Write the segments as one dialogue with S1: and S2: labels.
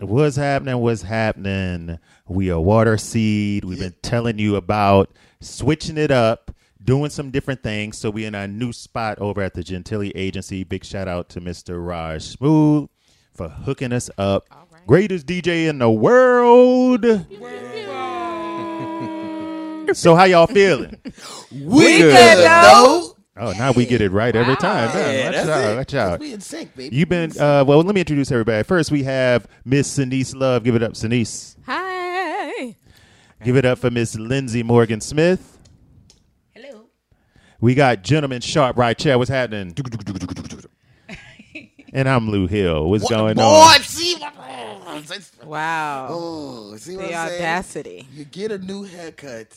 S1: What's happening? What's happening? We are Water Seed. We've been telling you about switching it up, doing some different things. So we're in our new spot over at the Gentilly Agency. Big shout out to Mr. Raj Smooth for hooking us up. Greatest DJ in the world. so how y'all feeling?
S2: We
S3: good,
S2: though.
S1: Oh, now we get it right every time. Man,
S2: Yeah,
S1: watch
S2: that's
S1: out,
S2: it.
S1: watch
S2: 'Cause
S1: out.
S2: We in sync, baby.
S1: You've been uh, well. Let me introduce everybody. First, we have Miss Sinise Love. Give it up, Sinise.
S4: Hi.
S1: Give it up for Miss Lindsay Morgan Smith.
S4: Hello.
S1: We got Gentleman Sharp right chair. What's happening? and I'm Lou Hill. What's going
S2: Boy,
S1: on?
S2: see what oh,
S4: Wow.
S2: see what
S4: the
S2: I'm saying?
S4: audacity.
S2: You get a new haircut.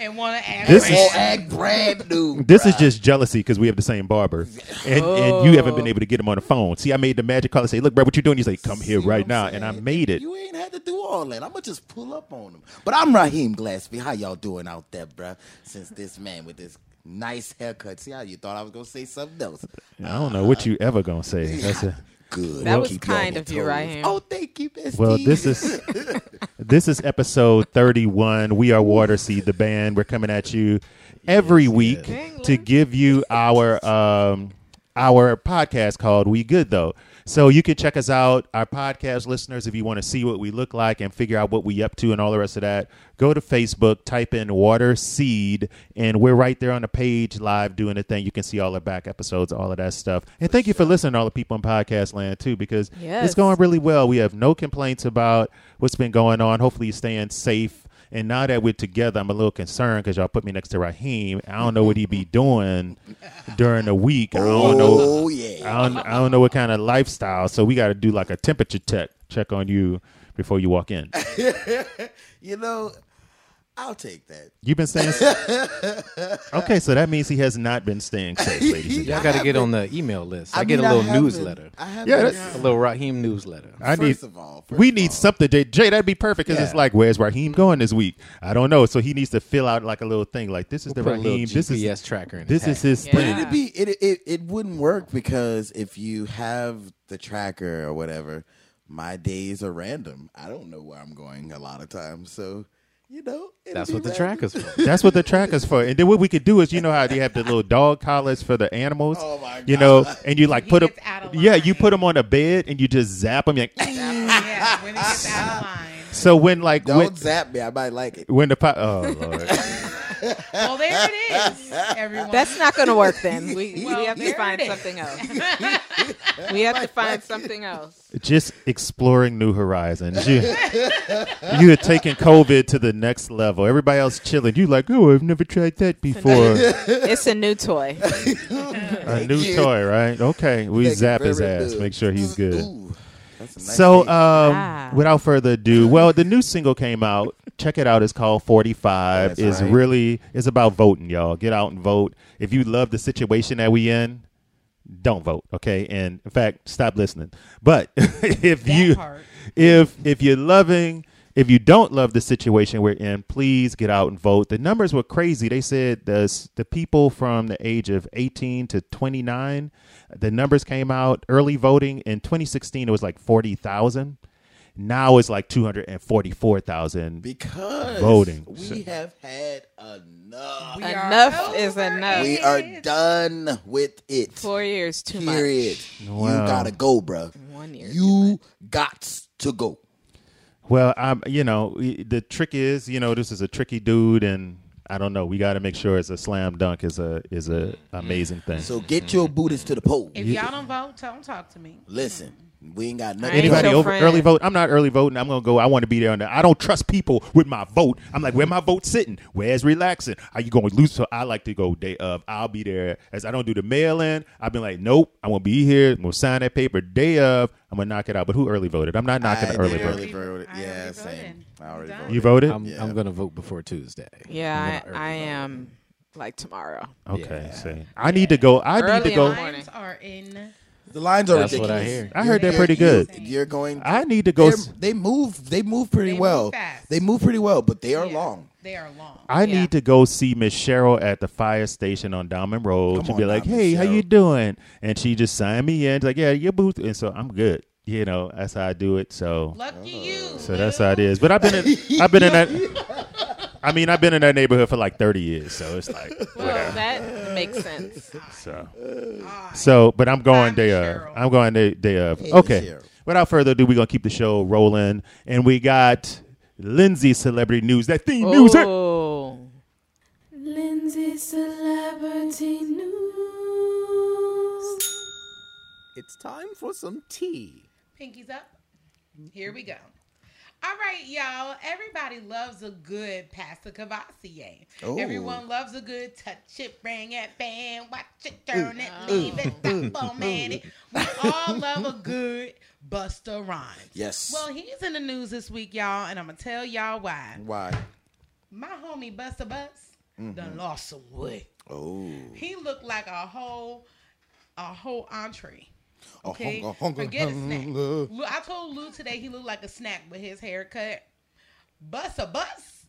S3: and want to ask.
S1: This
S2: All
S1: is
S2: act brand new.
S1: this is just jealousy because we have the same barber, and and you haven't been able to get him on the phone. See, I made the magic call and say, "Look, bro, what you doing?" He's like, "Come here
S2: See what
S1: right
S2: I'm
S1: now," and I
S2: saying?
S1: made it.
S2: You ain't had to do all that. I'ma just pull up on him. But I'm Raheem Glassby. How y'all doing out there, bruh? Since this man with this nice haircut. See how you thought I was gonna say something else.
S1: I don't know what you ever gonna say. That's it.
S2: Good.
S4: That
S2: I'll
S4: was
S2: keep you on
S4: kind
S2: your
S4: of you,
S2: toes.
S4: Raheem.
S2: Oh, thank you, Miss
S1: Well,
S2: T.
S1: this is this is episode 31. We are Water Seed, the band. We're coming at you every week
S4: yes.
S1: to give you our um, our podcast called We Good Though. So you can check us out, our podcast listeners, if you want to see what we look like and figure out what we up to and all the rest of that. Go to Facebook, type in Water Seed, and we're right there on the page live doing the thing. You can see all our back episodes, all of that stuff. And thank you for listening, all the people in podcast land too, because it's
S4: Yes.
S1: going really well. We have no complaints about what's been going on. Hopefully, you're staying safe. And now that we're together, I'm a little concerned because y'all put me next to Raheem. I don't know what he be doing during the week. I don't know.
S2: Oh yeah.
S1: I don't, I don't know what kind of lifestyle. So we got to do like a temperature check check on you before you walk in.
S2: You know, I'll take that.
S1: You've been staying. okay, so that means he has not been staying safe, ladies and gentlemen.
S5: Y'all got to get on the email list. I, get a
S2: mean,
S5: little
S2: haven't-
S5: newsletter,
S2: I haven't.
S1: Yeah, that's-
S5: a little Raheem newsletter.
S1: I
S2: first
S1: need.
S2: of all, first
S1: We
S2: of
S1: need
S2: all,
S1: something, Jay. Jay, that'd be perfect because it's
S5: Yeah.
S1: like, where's Raheem going this week? I don't know. So he needs to fill out like a little thing, like this is
S5: Put
S1: the
S5: a little
S1: Raheem,
S5: GPS
S1: this is
S5: tracker. In
S1: this
S5: his
S1: is his
S4: Yeah.
S1: thing.
S2: It'd be it, it it wouldn't work because if you have the tracker or whatever, my days are random. I don't know where I'm going a lot of times, so you know it'll
S5: That's
S2: be
S5: what the
S2: random.
S5: tracker's for.
S1: That's what the tracker's for. And then what we could do is, you know how they have the little dog collars for the animals,
S2: Oh, my
S1: you know, and you like
S3: He
S1: put them,
S3: gets out of
S1: yeah,
S3: line.
S1: you put them on a bed and you just zap them. Like,
S3: yeah, when it gets out of line.
S1: so when like
S2: Don't
S1: when,
S2: zap me. I might like it.
S1: when the po- oh lord,
S3: Well, there it is, everyone.
S4: That's not going to work then. We,
S3: Well,
S4: we have to
S3: there
S4: find
S3: it is.
S4: something else. we have to find something else.
S1: just exploring new horizons. You you had taken COVID to the next level. Everybody else chilling. You like, oh, I've never tried that before.
S4: It's a new toy.
S1: a new
S2: you.
S1: toy, right? Okay, we
S2: Thank you
S1: zap his
S2: very
S1: ass,
S2: much.
S1: make sure he's good.
S2: Ooh, that's a nice
S1: So, um,
S2: name.
S4: Ah.
S1: without further ado, well, the new single came out. Check it out. It's called Forty Five.
S2: That's
S1: It's
S2: right.
S1: really it's about voting, y'all. Get out and vote. If you love the situation that we in, don't vote. Okay, and in fact, stop listening. But if you
S3: part.
S1: if if you're loving if you don't love the situation we're in, please get out and vote. The numbers were crazy. They said the s- the people from the age of 18 to 29, the numbers came out early voting in 2016 it was like 40,000. Now it's like 244,000.
S2: because
S1: voting.
S2: we have had enough.
S3: We are
S4: Enough is
S3: over
S4: enough.
S2: We
S3: it.
S2: are done with it.
S4: Four years too
S2: Period.
S1: Wow.
S2: You gotta go, bruh.
S4: One year
S2: You got to go.
S1: Well, I'm you know, i- the trick is, you know, this is a tricky dude and I don't know. We got to make sure it's a slam dunk is a is a amazing thing.
S2: So get
S1: Mm-hmm.
S2: your booties to the pole.
S3: If y'all don't vote, don't talk to me.
S2: Listen, we ain't got nothing.
S4: Ain't
S1: Anybody
S4: your
S1: over
S4: friend.
S1: early vote? I'm not early voting. I'm gonna go. I want to be there. On the, I don't trust people with my vote. I'm like, where my vote sitting? Where's relaxing? Are you going to lose? So I like to go day of. I'll be there as I don't do the mail in. I've been like, nope. I'm gonna be here. I'm gonna sign that paper day of. I'm gonna knock it out. But who early voted? I'm not knocking
S2: I
S1: the early
S2: did
S1: vote.
S2: early voted.
S3: I
S2: Yeah,
S3: already
S2: same.
S3: voted.
S2: I already
S3: Done.
S2: voted.
S1: You voted?
S5: I'm,
S2: Yeah.
S5: I'm gonna vote before Tuesday.
S4: Yeah,
S5: I'm gonna
S4: I, I
S5: early vote.
S4: am like tomorrow.
S1: okay. see. I need to go. I need
S4: Early
S1: to go.
S4: in line.
S3: Lines are in.
S2: The lines are
S5: That's what
S2: ridiculous.
S5: I hear.
S1: I heard
S2: You're-
S1: they're pretty
S2: you're-
S1: good.
S2: You're going.
S1: I need to go.
S2: they're-
S1: s-
S2: They move. They move pretty
S3: They move
S2: well.
S3: fast.
S2: They move pretty well, but they are
S3: yeah,
S2: long.
S3: They are long.
S1: I
S4: Yeah.
S1: need to go see Miss Cheryl at the fire station on Diamond Road
S2: Come
S1: to
S2: on
S1: be
S2: now,
S1: like,
S2: Miss
S1: "Hey, how you
S2: Cheryl."
S1: doing?" And she just signed me in. She's like, "Yeah, your booth," and so I'm good. you know, that's how I do it. So
S3: Lucky
S2: Uh,
S3: you.
S1: so that's how it is. But I've been in, I've been in that. I mean, I've been in that neighborhood for like thirty years, so it's like
S4: Well, that makes sense.
S1: so. So, but I'm going
S3: I'm
S1: day
S3: Cheryl.
S1: of. I'm going day, day of.
S2: Hey,
S1: Okay.
S2: Cheryl.
S1: Without further ado, we're gonna keep the show rolling, and we got Lindsay celebrity news. That theme music.
S4: Oh,
S6: Lindsay Celebrity News.
S5: It's time for some tea.
S3: Pinkies up. Here we go. All right, y'all. Everybody loves a good pasta cavassier.
S2: Ooh.
S3: Everyone loves a good touch it, bring it, bang, watch it, turn it, leave it, stop on it. We all love a good Busta Rhymes.
S2: Yes.
S3: Well, he's in the news this week, y'all, and I'm gonna tell y'all why.
S2: Why?
S3: My homie Busta Butts done lost some weight.
S2: Oh,
S3: He looked like a whole, a whole entree.
S2: A
S3: Okay,
S2: hunga, hunga,
S3: forget a snack.
S2: hunga.
S3: Lou- I told Lou today he looked like a snack with his haircut. Bus a bus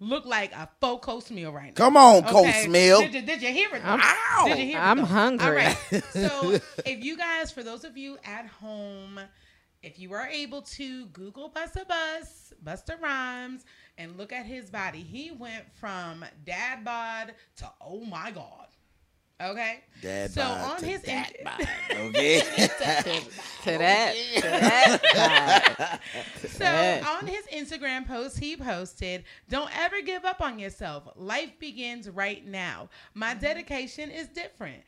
S3: looked like a full coast meal right now.
S2: come on, Coach Mill.
S3: Did you, did you hear it?
S4: I'm-
S3: Ow! Did you hear it?
S4: I'm
S3: though?
S4: hungry.
S3: All right. So if you guys, for those of you at home, if you are able to Google Busta Bus, Busta Rhymes, and look at his body, he went from dad bod to oh my god. Okay.
S2: Dad
S3: so
S2: bod
S3: on
S2: to
S3: his
S2: dad
S3: in-
S2: Okay.
S4: to that, to that. vibe.
S3: So
S4: Yes.
S3: on his Instagram post, he posted, "Don't ever give up on yourself. Life begins right now.
S2: Mm-hmm.
S3: My dedication is different."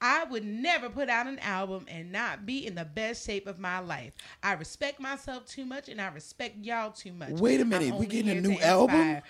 S3: I would never put out an album and not be in the best shape of my life. I respect myself too much and I respect y'all too much.
S2: Wait a
S3: I'm
S2: minute, we
S3: only
S2: getting a
S3: here
S2: new
S3: to
S2: album?
S3: inspire."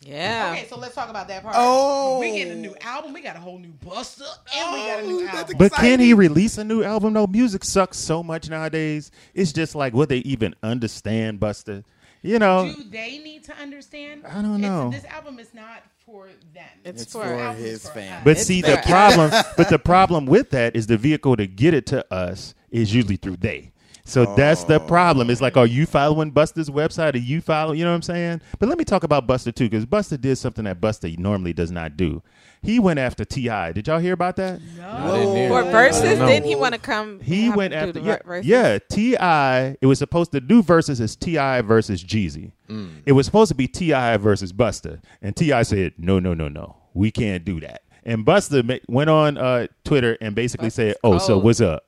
S4: Yeah.
S3: Okay, so let's talk about that part.
S2: Oh.
S3: We getting a new album. We got a whole new Buster and we got a
S2: Oh,
S3: new
S2: that's
S3: album.
S1: But can he release a new album? No, music sucks so much nowadays. It's just like, would they even understand Buster? You know,
S3: Do they need to understand?
S1: I don't
S3: It's-
S1: know.
S3: This album is not for them.
S4: It's,
S2: It's
S4: for,
S2: for
S3: albums
S2: his
S3: for
S2: family.
S3: us.
S1: but
S4: It's
S1: see the
S4: fair.
S1: problem. but the problem with that is the vehicle to get it to us is usually through they. So that's the problem. It's like, are you following Buster's website? Are you follow? You know what I'm saying? But let me talk about Buster too, because Buster did something that Buster normally does not do. He went after Ti. Did y'all hear about that?
S5: I didn't hear.
S4: For
S5: it.
S4: verses,
S5: I don't know.
S4: didn't he want to come?
S1: He
S4: have
S1: went
S4: him
S1: after
S4: do the
S1: yeah,
S4: ver- verses?
S1: yeah, Ti. It was supposed to do versus is Ti versus Jeezy.
S4: Mm.
S1: It was supposed to be Ti versus Buster, and Ti said, "No, no, no, no, we can't do that." And Buster ma- went on uh, Twitter and basically said, "Oh, so
S4: cold.
S1: what's up?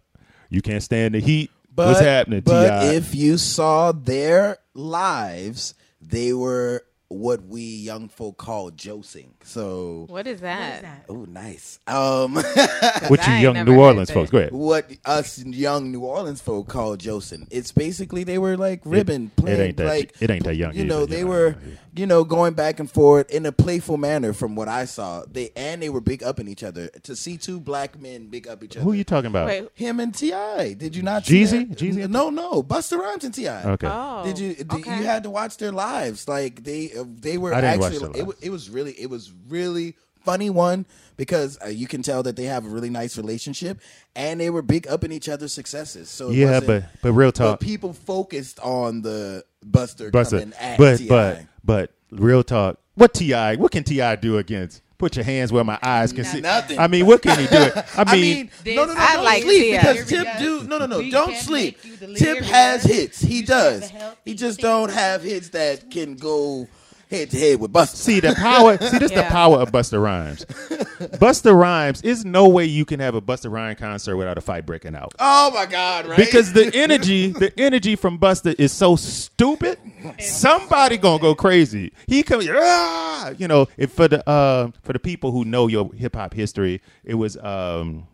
S1: You can't stand the heat. what's happening,
S2: But
S1: Ti?"
S2: if you saw their lives, they were what we young folk call josing. So,
S4: What is
S3: What is
S4: that?
S3: that?
S2: oh, nice. Um,
S1: What you
S4: I ain't
S1: young
S4: never
S1: New
S4: heard
S1: Orleans
S4: that.
S1: folks? Go ahead.
S2: what us young New Orleans folk call josing. It's basically they were like ribbon
S1: it
S2: playing.
S1: ain't that-
S2: like,
S1: it ain't that young
S2: You
S1: either,
S2: know,
S1: you
S2: they
S1: know,
S2: were
S1: yeah.
S2: you know going back and forth in a playful manner from what I saw. They and they were big upping each other. To see two black men big up each other.
S1: Who are you talking about?
S4: Wait.
S2: Him and Ti. Did you not?
S1: Jeezy?
S2: See
S1: Jeezy?
S2: that? No, no. Busta Rhymes and Ti.
S1: Okay.
S4: Oh.
S2: Did you? Did,
S4: okay.
S2: You had to watch their lives. Like they, uh, they were
S1: I didn't watch
S2: actually.
S1: their
S2: it, wa-
S1: lives.
S2: it was really, it was really funny one because uh, you can tell that they have a really nice relationship, and they were big up in each other's successes. So it
S1: yeah,
S2: wasn't-
S1: but but real talk,
S2: but people focused on the Buster,
S1: Buster.
S2: coming at
S1: But
S2: T.I.
S1: but but real talk. What Ti? What can Ti do against? Put your hands where my eyes can see.
S2: Nothing.
S1: I mean, what can he do?
S2: I mean, no, no, no,
S4: I
S2: don't
S4: like
S2: sleep
S4: T.I.
S2: because
S3: Here
S2: Tip
S3: we go.
S2: do no, no, no,
S3: We
S2: don't
S3: can
S2: sleep.
S3: make you the
S2: Tip
S3: leader.
S2: has hits. He
S3: You should
S2: does.
S3: have a healthy
S2: He just
S3: thinking.
S2: don't have hits that can go head to head with Buster.
S1: See the power. See, this the
S4: Yeah.
S1: power of Buster Rhymes. Buster Rhymes is no way you can have a Buster Rhymes concert without a fight breaking out.
S2: Oh my God! Right?
S1: Because the energy, the energy from Buster is so stupid. Somebody gonna go crazy. He comes, ah! you know. If for the uh, for the people who know your hip hop history, it was um,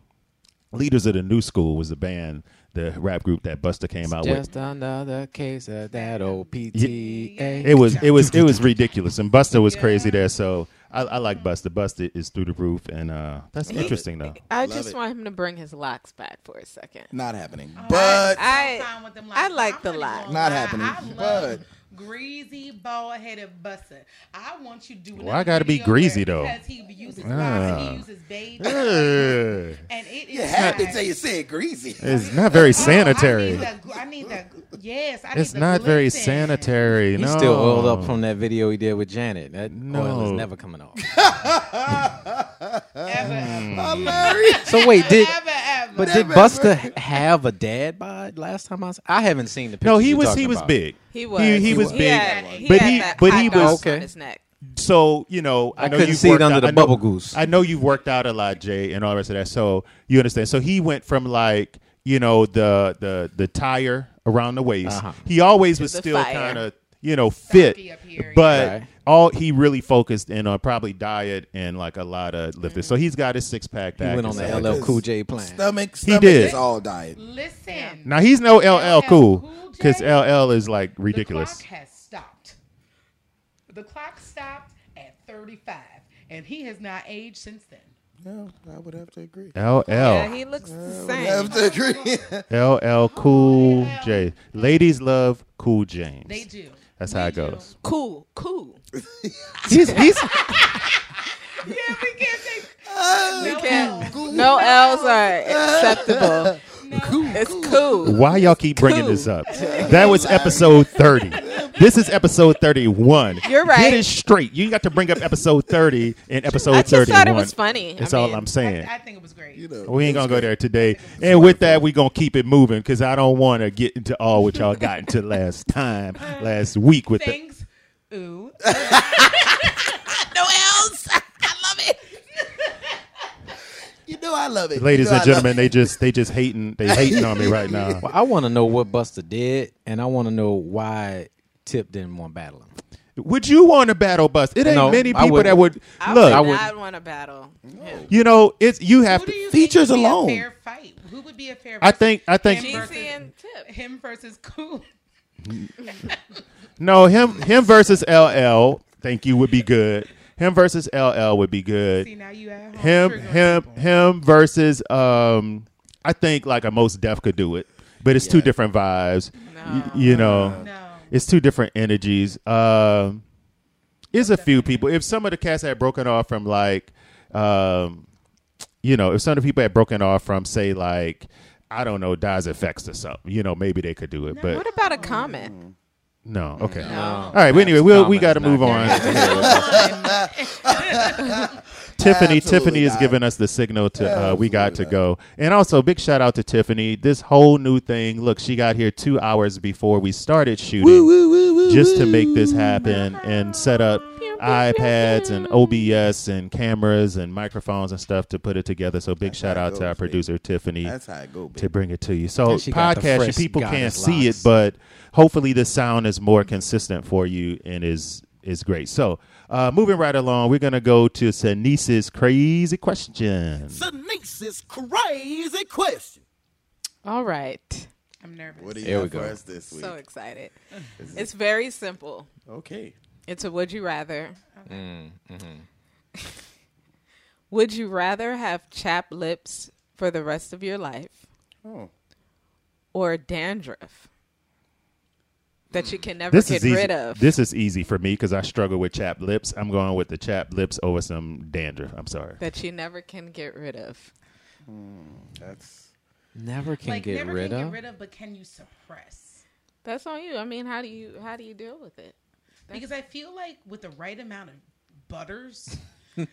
S1: Leaders of the New School was the band, the rap group that Buster came out with.
S5: Just another case of that old PTA.
S1: It was it was it was ridiculous, and Buster was crazy there. So I, I like Buster. Buster is through the roof, and uh, that's interesting though.
S4: I
S2: Love
S4: just
S2: it.
S4: want him to bring his locks back for a second.
S2: not happening. but
S4: I
S3: I'm fine with them locks.
S4: I like
S3: I'm
S4: the
S3: not even
S4: lock.
S3: gonna
S2: Not
S3: lie.
S2: happening.
S3: I love
S2: But-
S3: greasy, bald headed busser. I want you doing.
S1: Well, I gotta be greasy, though.
S3: because he uses
S1: Ah.
S3: lime, he uses baby,
S1: Ugh.
S3: and it
S2: You
S3: is
S2: happy
S3: like-
S2: till you said greasy.
S1: it's not very
S3: Oh,
S1: sanitary.
S3: I need the, I need the yes. I need
S1: It's
S3: the
S1: not very
S3: glisten.
S1: sanitary.
S5: He's
S1: no.
S5: still oiled up from that video he did with Janet. That oil
S1: No.
S5: is never coming off.
S2: Mm.
S3: Ever,
S2: Hilarious.
S5: so wait, did
S3: ever, ever.
S5: but did
S2: Never.
S5: Buster have a dad bod last time I? s- I haven't seen the picture.
S1: No, he
S5: you're
S1: was
S5: talking
S1: he was
S5: about.
S1: big.
S4: He was.
S1: He, was big.
S4: had-
S1: but
S4: had
S1: he
S4: that
S1: but
S4: hot
S1: he
S4: dog
S1: was
S5: Okay.
S4: on his neck.
S1: so you know I,
S5: I
S1: know
S5: couldn't
S1: you've
S5: see it
S1: worked
S5: under
S1: out-
S5: the
S1: I know-
S5: bubble goose.
S1: I know you've worked out a lot, Jay, and all the rest of that. So you understand. So he went from like you know the the the tire around the waist.
S5: Uh-huh.
S1: He always was
S4: the
S1: still
S4: fire.
S1: kind of you know fit,
S3: Stocky up here,
S1: but
S5: yeah.
S1: all he really focused in on probably diet and like a lot of lifting. So he's got his six pack
S5: He
S1: back.
S5: went on
S1: and
S5: the
S1: stuff.
S5: LL Cool J plan.
S2: Stomach,
S1: He
S2: stomach
S1: did.
S2: is all diet.
S3: Listen,
S1: Now he's no LL,
S3: LL
S1: cool
S3: Cool J?
S1: because LL is like ridiculous.
S3: The clock has stopped. The clock stopped at 35, and he has not aged since then.
S2: No, I would have to agree.
S1: LL.
S4: Yeah, he looks the
S2: I
S4: same.
S2: have to agree.
S1: LL Cool
S3: hell.
S1: J. Ladies love Cool James.
S3: They do.
S1: That's
S3: They
S1: how it
S3: do.
S1: goes.
S4: Cool, cool.
S1: He's he's
S3: Yeah, we can't say
S4: We
S3: No
S4: can't.
S3: L's.
S4: No L's are acceptable. It's cool.
S1: why y'all keep bringing
S4: Cool.
S1: this up? That was episode 30. This is episode 31.
S4: You're right.
S1: Get it straight. You got to bring up episode 30 and episode
S4: I just
S1: 31.
S4: thought it was funny.
S1: That's
S4: I
S1: all
S4: mean,
S1: I'm
S3: I,
S1: saying.
S3: I think it was great.
S2: You know,
S1: we ain't gonna go there today. And with that, we gonna keep it moving because I don't want to get into all what y'all got into last time, last week with the
S3: Things. Ooh.
S4: No L's. I love it.
S2: You know I love it.
S1: ladies
S2: You know
S1: and
S2: I love
S1: gentlemen. They just they just hating they hating on me right now.
S5: Well, I want to know what Buster did, and I want to know why Tip didn't want to battle him.
S1: Would you want to battle bus? It ain't
S5: No,
S1: many
S5: I
S1: people that would
S5: wouldn't.
S4: I
S1: look.
S4: would
S5: I would-
S4: not want to battle. him.
S1: You know, it's you have
S3: Who
S1: to.
S3: do you
S2: Features
S3: think would be
S2: alone.
S3: A fair fight. Who would be a fair?
S1: I think. I think.
S3: Him
S4: DC
S3: versus-
S4: and Tip.
S3: him versus Cool.
S1: No, him. Him versus LL. Thank you would be good. Him versus LL would be
S3: See
S1: good.
S3: now you at home.
S1: Him.
S3: triggering
S1: Him.
S3: people.
S1: Him versus. Um, I think like a most deaf could do it, but it's two
S2: Yeah.
S1: different vibes. Y-
S4: No.
S1: you know,
S3: No.
S1: it's two different energies. Um, is a few people. If some of the cats had broken off from like, um, you know, if some of the people had broken off from say like, I don't know, Dies Effects or something, you know, maybe they could do it. But
S4: What about a comment?
S1: no, okay.
S4: No.
S1: All right. Well, anyway, we'll, we
S5: Common
S1: got to
S5: is not
S1: move on. Tiffany,
S2: Absolutely
S1: Tiffany is
S2: not.
S1: giving us the signal to uh, we got to
S2: Absolutely
S1: go. And also, big shout out to Tiffany. This whole new thing. Look, she got here two hours before we started shooting, just to make this happen and set up iPads and OBS and cameras and microphones and stuff to put it together. So big shout
S2: how it
S1: out to our
S2: goes, baby.
S1: producer Tiffany
S2: That's how it go,
S1: to
S2: baby.
S1: bring it to you. So
S5: And she got the
S1: podcast,
S5: fresh
S1: people can't
S5: goddess
S1: see it,
S5: locks.
S1: but hopefully the sound is more consistent for you and is is great. So uh, moving right along, we're gonna go to Sanice's crazy question.
S7: Sneezes crazy question.
S4: All right.
S3: I'm nervous.
S2: What do
S5: Here
S2: you
S5: we
S2: have for
S5: go.
S2: us this week?
S4: So excited. It's very simple.
S2: okay.
S4: It's a would you rather.
S1: Mm, mm-hmm.
S4: would you rather have chapped lips for the rest of your life
S2: Oh.
S4: or dandruff that you can never
S1: This
S4: get
S1: is easy.
S4: rid of?
S1: This is easy for me because I struggle with chapped lips. I'm going with the chapped lips over some dandruff. I'm sorry.
S4: that you never can get rid of.
S2: That's
S5: Never can
S3: Like
S5: get
S3: never
S5: rid
S3: can
S5: of.
S3: get rid of, but can you suppress?
S4: That's on you. I mean, how do you how do you deal with it?
S3: Because I feel like with the right amount of butters, you,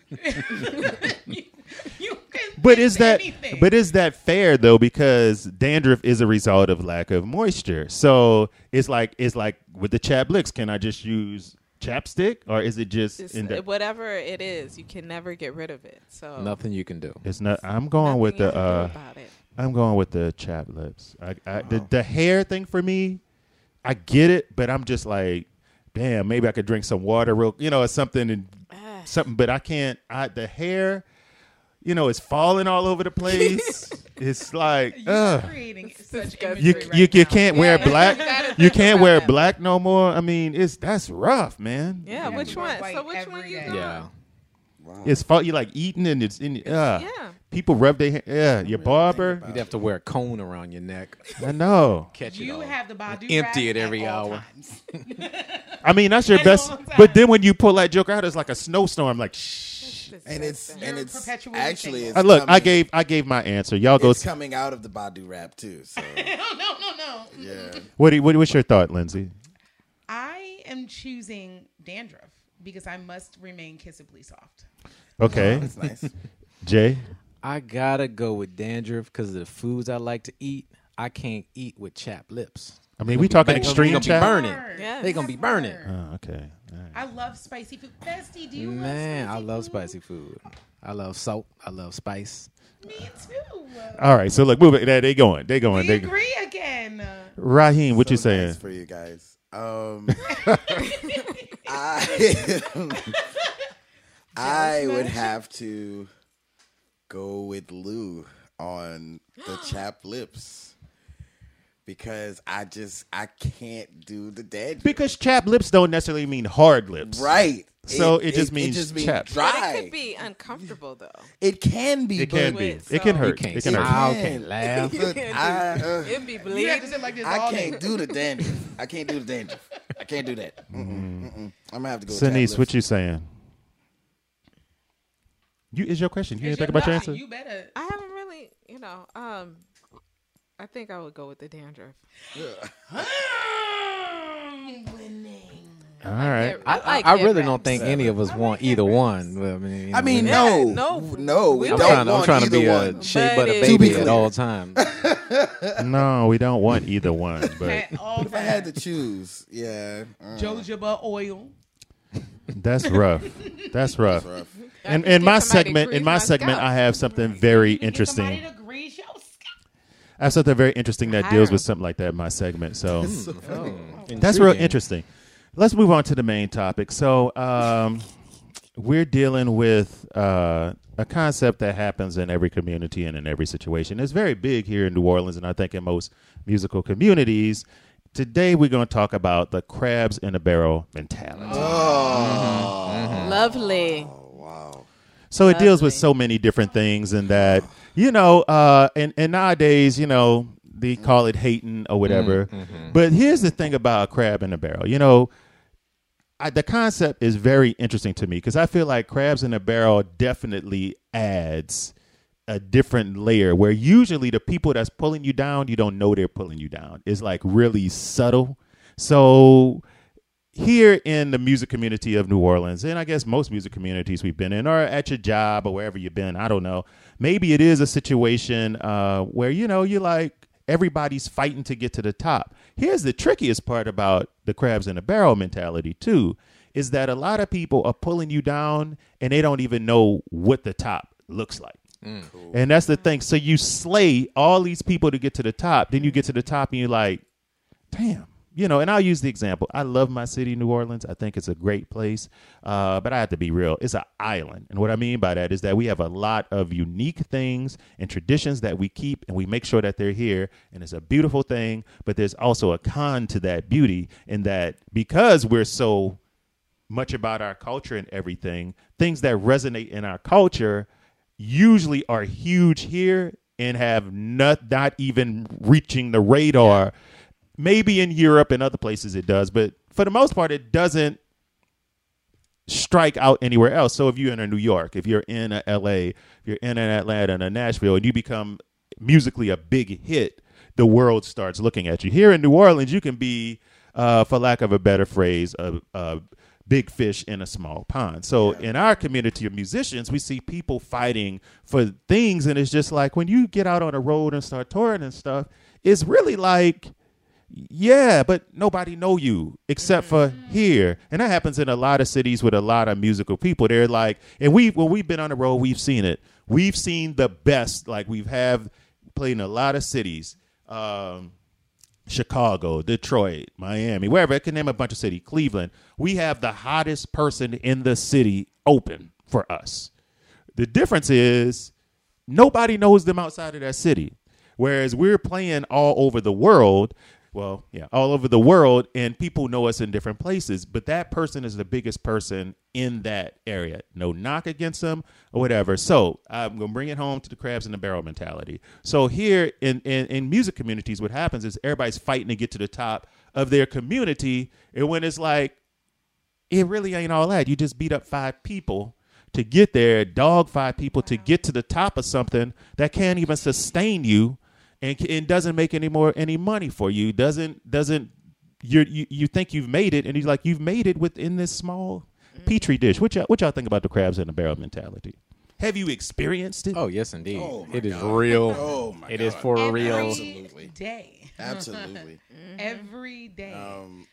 S3: you can.
S1: But
S3: fix
S1: is that
S3: anything.
S1: but is that fair though? Because dandruff is a result of lack of moisture. So it's like it's like with the chapped lips. Can I just use chapstick or is it just
S4: It's,
S1: in the,
S4: whatever it is, you can never get rid of it. So
S5: Nothing you can do.
S1: It's not. I'm going
S4: nothing
S1: with
S4: you
S1: the.
S4: can do
S1: Uh,
S4: about Oh. it.
S1: I'm going with the chap lips. I, I the, the hair thing for me, I get it, but I'm just like, damn, maybe I could drink some water, real, you know, or something and
S4: Ah.
S1: something. But I can't. I the hair, you know, it's falling all over the place. it's like,
S3: You're
S1: ugh.
S3: creating such
S4: disgusting.
S1: You,
S3: imagery right
S1: you, you
S3: now.
S1: can't wear black.
S4: gotta
S1: You
S4: think
S1: can't
S4: about
S1: wear
S4: that.
S1: black no more. I mean, it's that's rough, man.
S4: Yeah,
S3: have
S4: which
S3: to wear
S4: one?
S3: white
S4: So which
S3: every
S4: one you
S3: day.
S4: going?
S5: Yeah.
S2: wow.
S1: It's fault. You like eating and it's in. Uh,
S4: Yeah.
S1: People rub their hand. Yeah, your barber.
S5: You'd have to wear a cone around your neck,
S1: I know.
S5: catch it
S3: You
S5: all.
S3: have the Badu
S5: empty it
S3: wrap
S5: every
S3: at all
S5: hour.
S3: times.
S1: I mean, that's your
S3: At
S1: best.
S3: all times.
S1: But then when you pull that joke out, it's like a snowstorm. Like, shh.
S2: and it's and it's
S3: perpetuating
S2: actually
S3: single.
S2: it's
S1: I look, I
S2: coming-
S1: gave, I gave my answer. Y'all go.
S2: it's coming out of the Badu rap too. So
S3: No, no, no, no.
S2: yeah,
S1: What, do you- what, what's your thought, Lindsay?
S3: I am choosing dandruff because I must remain kissably soft.
S1: Okay,
S2: it's nice.
S1: Jay.
S5: I gotta go with dandruff because of the foods I like to eat. I can't eat with chapped lips.
S1: I mean, we talking
S5: It's
S1: extreme
S5: gonna be
S1: chat.
S5: burning.
S3: Hard.
S4: Yeah.
S5: They gonna be burning.
S1: Oh, okay. All right.
S3: I love spicy food. Bestie, do you
S5: Man, I love
S3: love
S5: spicy food. I love salt. I love spice.
S3: spicy? Me too.
S1: All right. So look, move it. There They going. They going.
S3: we
S1: They going.
S3: agree again.
S1: Raheem, what you
S2: So
S1: saying?
S2: nice for you guys? Um, I I would have to go with Lou on the chap lips because I just I can't do the dead.
S1: because chap lips don't necessarily mean hard lips.
S2: right.
S1: So it just means chapped.
S4: But
S2: dry.
S4: it could be uncomfortable though.
S2: It can be.
S1: It can
S2: but
S1: be.
S4: Wait,
S1: It can
S4: so-
S1: hurt.
S5: Oh, You can't
S1: It can hurt.
S5: smile,
S2: can.
S5: can't laugh.
S2: Look, I, uh,
S4: It'd be
S3: You have
S4: bleeding.
S3: to sit like this
S2: I
S3: all
S2: can't
S3: day.
S2: do the dandruff. I can't do the dandruff. I can't do that. Mm-mm, mm-mm. I'm gonna have to go.
S1: Mm. Sinise, what
S2: tablets.
S1: you saying? You is your question. You didn't
S3: It's
S1: think
S3: your-
S1: about your
S3: nah,
S1: answer.
S3: You better.
S4: I haven't really, you know, um I think I would go with the dandruff.
S3: Mm, winning.
S1: All right.
S4: Yeah,
S5: I, I,
S4: like
S5: I
S4: hair
S5: really don't
S4: wraps.
S5: think any of us want either one. Well, I mean, you
S2: I mean, no,
S5: know,
S4: Yeah, no.
S2: no, no. We
S4: I'm
S5: I'm
S2: don't
S5: trying, I'm
S2: want
S5: trying to
S2: either
S5: be
S2: one.
S5: a shea
S4: But
S5: butter
S4: it- To
S2: be
S5: baby at
S2: clear.
S5: all times.
S1: No, we don't want either one. But
S3: At all
S2: If I had to choose, yeah, mm,
S3: jojoba oil.
S1: that's rough. That's rough.
S4: I
S1: And
S4: can
S1: in
S4: get
S1: my
S4: somebody to
S1: segment, in
S4: grease
S1: my
S4: my
S1: segment,
S4: scalp.
S1: I have something very
S3: You get somebody
S1: interesting.
S3: to grease your scalp.
S1: I have something very interesting that deals
S4: Hire.
S1: with something like that in my segment. So
S5: Oh,
S1: that's real
S5: intriguing.
S1: interesting. Let's move on to the main topic. So um, we're dealing with uh, a concept that happens in every community and in every situation. It's very big here in New Orleans, and I think in most musical communities. Today we're going to talk about the crabs in a barrel mentality.
S4: Lovely.
S1: So it deals with
S4: Lovely.
S1: so many different things, and that you know, uh, and and nowadays, you know, they call it hating or whatever. But here's the thing about a crab in a barrel. You know, I, the concept is very interesting to me because I feel like crabs in a barrel definitely adds a different layer where usually the people that's pulling you down, you don't know they're pulling you down. It's like really subtle. So here in the music community of New Orleans, and I guess most music communities we've been in, or at your job or wherever you've been, I don't know. Maybe it is a situation uh, where you know you're like everybody's fighting to get to the top. Here's the trickiest part about the crabs in a barrel mentality too, is that a lot of people are pulling you down and they don't even know what the top looks like. And that's the thing. So you slay all these people to get to the top. Then you get to the top and you're like, damn you know and i'll use the example i love my city new orleans i think it's a great place uh, but i have to be real it's an island and what i mean by that is that we have a lot of unique things and traditions that we keep and we make sure that they're here and it's a beautiful thing but there's also a con to that beauty in that because we're so much about our culture and everything, things that resonate in our culture usually are huge here and have not not even reaching the radar. Maybe in Europe and other places it does, but for the most part it doesn't strike out anywhere else. So if you're in a New York, if you're in a LA, if you're in an Atlanta and a Nashville, and you become musically a big hit, the world starts looking at you. Here in New Orleans, you can be, uh, for lack of a better phrase, a, a big fish in a small pond. So in our community of musicians, we see people fighting for things, and it's just like when you get out on the road and start touring and stuff, it's really like yeah, but nobody know you except for here, and that happens in a lot of cities with a lot of musical people. They're like, and we when we've been on the road, we've seen it. We've seen the best. Like we've have played in a lot of cities, um, Chicago, Detroit, Miami, wherever. I can name a bunch of city. Cleveland. We have the hottest person in the city open for us. The difference is nobody knows them outside of that city. Whereas we're playing all over the world, well, yeah, all over the world, and people know us in different places. But that person is the biggest person in that area. No knock against them or whatever. So I'm gonna bring it home to the crabs in the barrel mentality. So here in, in in music communities, what happens is everybody's fighting to get to the top of their community, and when it's like it really ain't all that. You just beat up five people to get there, dog five people to get to the top of something that can't even sustain you, and, c- and doesn't make any more any money for you. Doesn't doesn't you're, you you think you've made it, and you're like you've made it within this small petri dish. What y'all what y'all think about the crabs in the barrel mentality? Have you experienced it?
S5: Oh yes, indeed.
S2: Oh, my
S5: it is
S2: God.
S5: real.
S2: Oh, my
S5: It is
S2: God.
S5: for
S3: Every
S5: real.
S2: Absolutely.
S3: day.
S2: Absolutely.
S3: Every day.
S2: Um,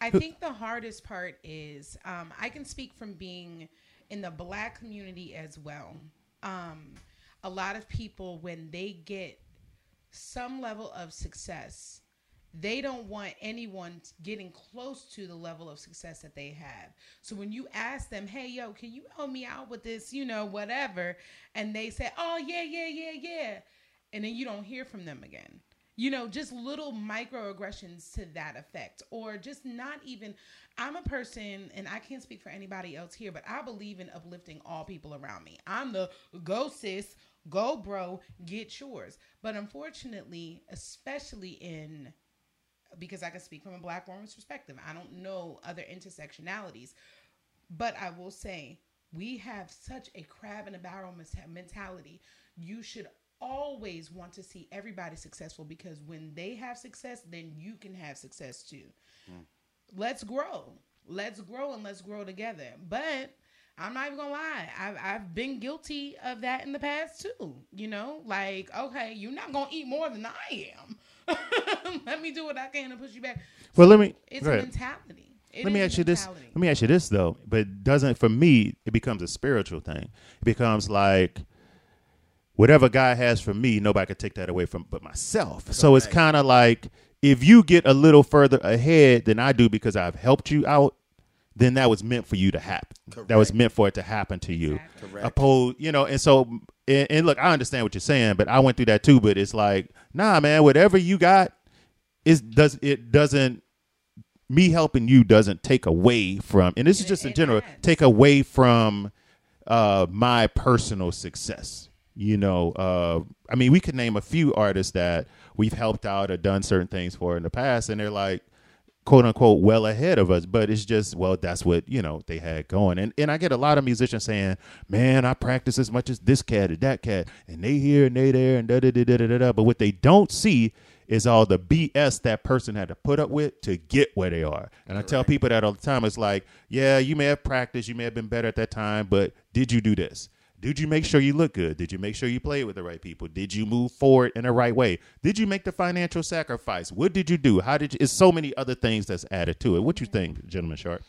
S3: I think the hardest part is um, I can speak from being in the black community as well. Um, a lot of people, when they get some level of success, they don't want anyone getting close to the level of success that they have. So when you ask them, hey, yo, can you help me out with this, you know, whatever? And they say, oh, yeah, yeah, yeah, yeah. And then you don't hear from them again. You know, just little microaggressions to that effect, or just not even. I'm a person, and I can't speak for anybody else here, but I believe in uplifting all people around me. I'm the go sis, go bro, get yours. But unfortunately, especially in because I can speak from a black woman's perspective. I don't know other intersectionalities, but I will say we have such a crab in a barrel mes- mentality. You should always want to see everybody successful because when they have success, then you can have success too. Let's grow. Let's grow and let's grow together. But I'm not even gonna lie. I've, I've been guilty of that in the past too. You know, like, okay, you're not gonna eat more than I am. Let me do what I can to push you back.
S1: Well, let me.
S3: It's
S1: go
S3: a
S1: ahead.
S3: mentality. It
S1: let me
S3: is
S1: ask
S3: a
S1: you this.
S3: mentality.
S1: Let me ask you this though. But doesn't for me it becomes a spiritual thing. It becomes like whatever God has for me, nobody could take that away from but myself. So it's kind of like if you get a little further ahead than I do because I've helped you out, then that was meant for you to happen. That was meant for it to happen to you.
S2: Correct.
S1: Opposed, you know, and so and, and look, I understand what you're saying, but I went through that too. But it's like, nah, man, whatever you got is does it doesn't me helping you doesn't take away from and this is just in
S3: it
S1: general
S3: adds.
S1: take away from uh my personal success you know uh i mean we could name a few artists that we've helped out or done certain things for in the past and they're like quote unquote well ahead of us but it's just well that's what you know they had going and and i get a lot of musicians saying man i practice as much as this cat or that cat and they here and they there and da da da da da da, da but what they don't see is all the bs that person had to put up with to get where they are and i tell people that all the time it's like yeah you may have practiced you may have been better at that time but did you do this did you make sure you look good? Did you make sure you played with the right people? Did you move forward in the right way? Did you make the financial sacrifice? What did you do? How did you? It's so many other things that's added to it. What you think, gentleman Sharp?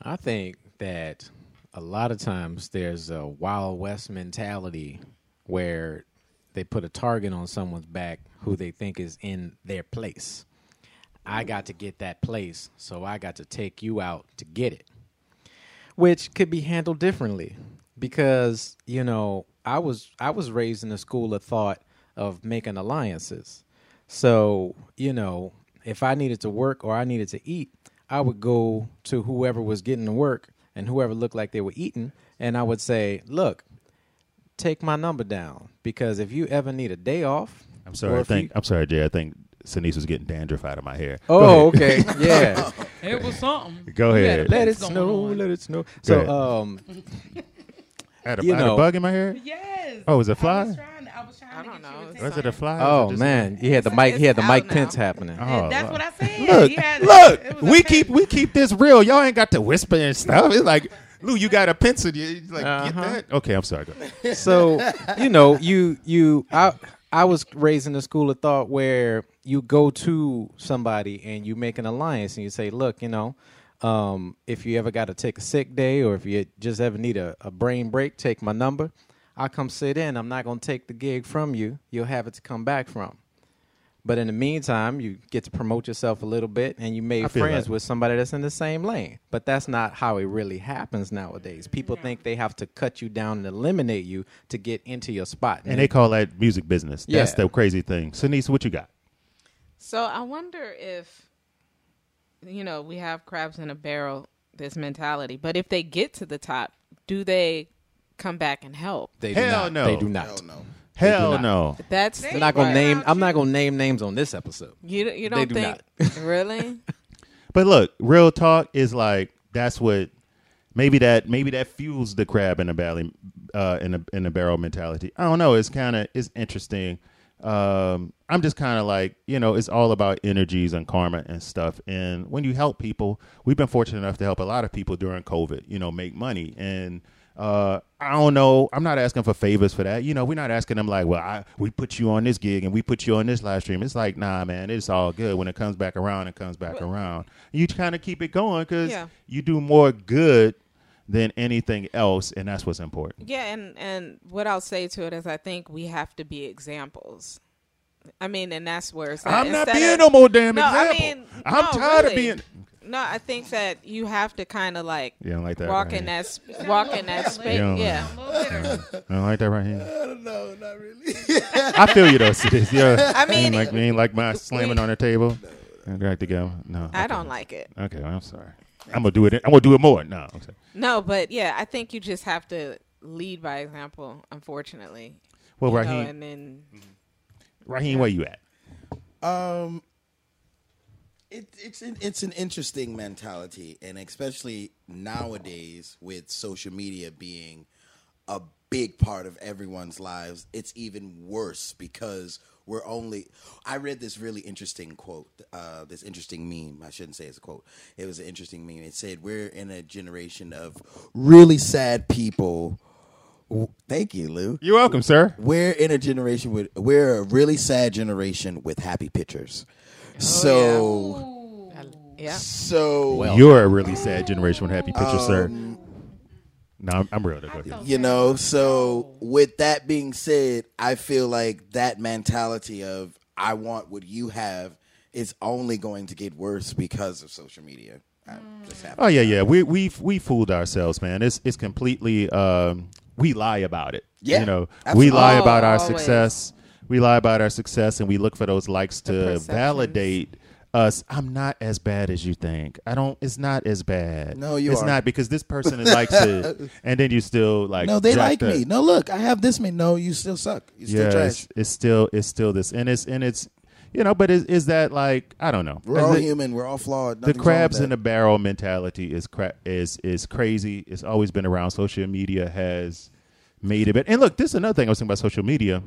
S5: I think that a lot of times there's a Wild West mentality where they put a target on someone's back who they think is in their place.
S1: Mm-hmm.
S5: I got to get that place, so I got to take you out to get it. Which could be handled differently because, you know, I was I was raised in a school of thought of making alliances. So, you know, if I needed to work or I needed to eat, I would go to whoever was getting to work and whoever looked like they were eating, and I would say, Look, take my number down because if you ever need a day off,
S1: I'm
S5: or
S1: sorry. I
S5: if you-
S1: think I'm sorry, Jay. I think Sinise was getting dandruff out of my hair.
S5: Oh, okay. Yeah.
S3: It was something.
S1: Go
S3: You
S1: ahead.
S3: had a
S5: let it
S3: What's going
S5: snow.
S3: on?
S5: Let it snow.
S1: ahead.
S5: So, um,
S1: I had a,
S5: you
S1: I had a
S5: know.
S1: bug in my hair.
S3: Yes.
S1: Oh, is it fly?
S3: I was trying, I was trying
S4: I
S3: to
S4: don't
S3: get
S4: know.
S3: your
S4: It's
S1: Was
S3: attention.
S1: it a fly?
S5: oh
S1: Is it just-
S5: man, he had the Mike. He had the
S4: It's
S5: Mike
S4: out now.
S5: Pence happening.
S1: Oh,
S3: That's
S1: wow.
S3: what I said. He had- it
S1: Look,
S3: was a
S1: we
S3: pen.
S1: keep we keep this real. Y'all ain't got to whisper and stuff. It's like, Lou, you got a pencil. You you like
S5: Uh-huh.
S1: get that? Okay, I'm sorry. Go ahead.
S5: so you know you you i i was raised in a school of thought where you go to somebody and you make an alliance and you say look you know um, if you ever got to take a sick day or if you just ever need a, a brain break take my number i'll come sit in i'm not going to take the gig from you you'll have it to come back from but in the meantime you get to promote yourself a little bit and you
S1: I
S5: make
S1: feel
S5: friends
S1: that.
S5: with somebody that's in the same lane but that's not how it really happens nowadays people think they have to cut you down and eliminate you to get into your spot
S1: And they call that music business. That's
S5: Yeah.
S1: the crazy thing. Sinise, what you got?
S4: So I wonder if, you know, we have crabs in a barrel, this mentality. But if they get to the top, do they come back and help?
S5: They do
S1: Hell
S5: not.
S1: no.
S5: They do not.
S2: Hell no.
S1: Hell
S5: not.
S1: no.
S4: That's
S3: They
S4: the
S5: I'm not gonna
S4: part.
S5: name. I'm not gonna name names on this episode.
S4: You, you
S5: They
S4: don't
S5: do
S4: think really?
S1: But look, real talk is like that's what maybe that maybe that fuels the crab in the belly uh, in the in the barrel mentality. I don't know. It's kind of it's interesting. Um, I'm just kind of like you know it's all about energies and karma and stuff. And when you help people, we've been fortunate enough to help a lot of people during COVID. You know, make money and. Uh, I don't know. I'm not asking for favors for that. You know, we're not asking them like, well, I, we put you on this gig and we put you on this live stream. It's like, nah, man, it's all good. When it comes back around, it comes back around. You kind of keep it going because
S4: Yeah.
S1: you do more good than anything else, and that's what's important.
S4: Yeah, and and what I'll say to it is, I think we have to be examples. I mean, and that's where it's at.
S1: I'm not
S4: Instead
S1: being
S4: of-
S1: no more damn
S4: No, I
S1: example.
S4: mean,
S1: I'm
S4: no,
S1: tired
S4: really.
S1: of being.
S4: No, I think that you have to kind of like
S1: You don't like that
S4: walk
S1: right
S4: in
S1: here.
S4: that sp- walk in that space.
S1: Yeah.
S4: Yeah,
S3: A little bitter.
S1: I don't like that right here.
S2: No, not really.
S1: I feel you though, sis. Yeah,
S4: I
S1: ain't
S4: mean,
S1: like ain't like my slamming
S4: we-
S1: on the table. Right to go. No,
S4: I
S1: okay.
S4: don't like it.
S1: Okay, well, I'm sorry. I'm gonna do it. I'm gonna do it more. No, I'm sorry.
S4: No, but yeah, I think you just have to lead by example. Unfortunately,
S1: Well,
S4: you know,
S1: Raheem,
S4: and then
S1: Raheem, where you at?
S2: Um, it, it's an it's an interesting mentality, and especially nowadays with social media being a big part of everyone's lives, it's even worse because we're only. I read this really interesting quote, uh, this interesting meme. I shouldn't say it's a quote. It was an interesting meme. It said, "We're in a generation of really sad people." W- Thank you, Lou
S1: You're welcome, sir.
S2: we're in a generation with we're a really sad generation with happy pictures. so
S4: yeah,
S2: so
S1: You're a really sad generation with happy pictures, sir. No, I'm, I'm real. Go ahead.
S2: you know, so with that being said, I feel like that mentality of I want what you have is only going to get worse because of social media. I'm just happy.
S1: Oh yeah, yeah. We we we fooled ourselves, man. It's it's completely. Um, we lie about it.
S2: Yeah,
S1: you know, we
S2: absolutely.
S1: lie about
S4: Oh,
S1: our
S4: always.
S1: success. We lie about our success, and we look for those likes to
S4: perceptions.
S1: validate us. I'm not as bad as you think. I don't. It's not as bad.
S2: No, you
S1: It's
S2: are.
S1: not because this person likes it, and then you still like.
S2: No, they like
S1: jacked up.
S2: me. No, look, I have this many. No, you still suck. You still
S1: yeah,
S2: trash.
S1: It's, it's still it's still this, and it's and it's you know, but is is that like I don't know.
S2: We're all
S1: Is it-
S2: human. We're all flawed.
S1: the
S2: Nothing's wrong with
S1: crabs
S2: that.
S1: in a barrel mentality is cra- is is crazy. It's always been around. Social media has made it. But and look, this is another thing I was thinking about social media.